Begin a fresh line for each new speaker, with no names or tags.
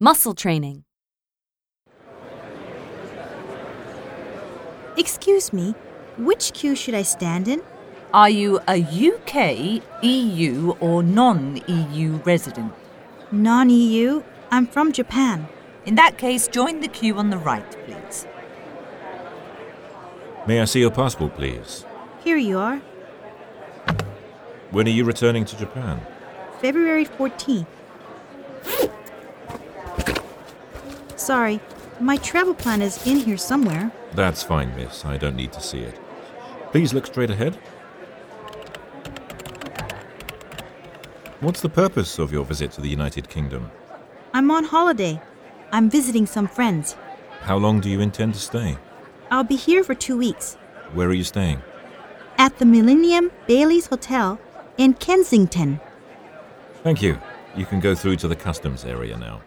Muscle training.
Excuse me, which queue should I stand in?
Are you a UK, EU, or non EU resident?
Non EU? I'm from Japan.
In that case, join the queue on the right, please.
May I see your passport, please?
Here you are,
When are you returning to Japan?
February 14th. Sorry, my travel plan is in here somewhere.
That's fine, miss. I don't need to see it. Please look straight ahead. What's the purpose of your visit to the United Kingdom?
I'm on holiday. I'm visiting some friends.
How long do you intend to stay?
I'll be here for two weeks
Where are you staying?
at the Millennium Bailey's Hotel in Kensington.
Thank you. You can go through to the customs area now.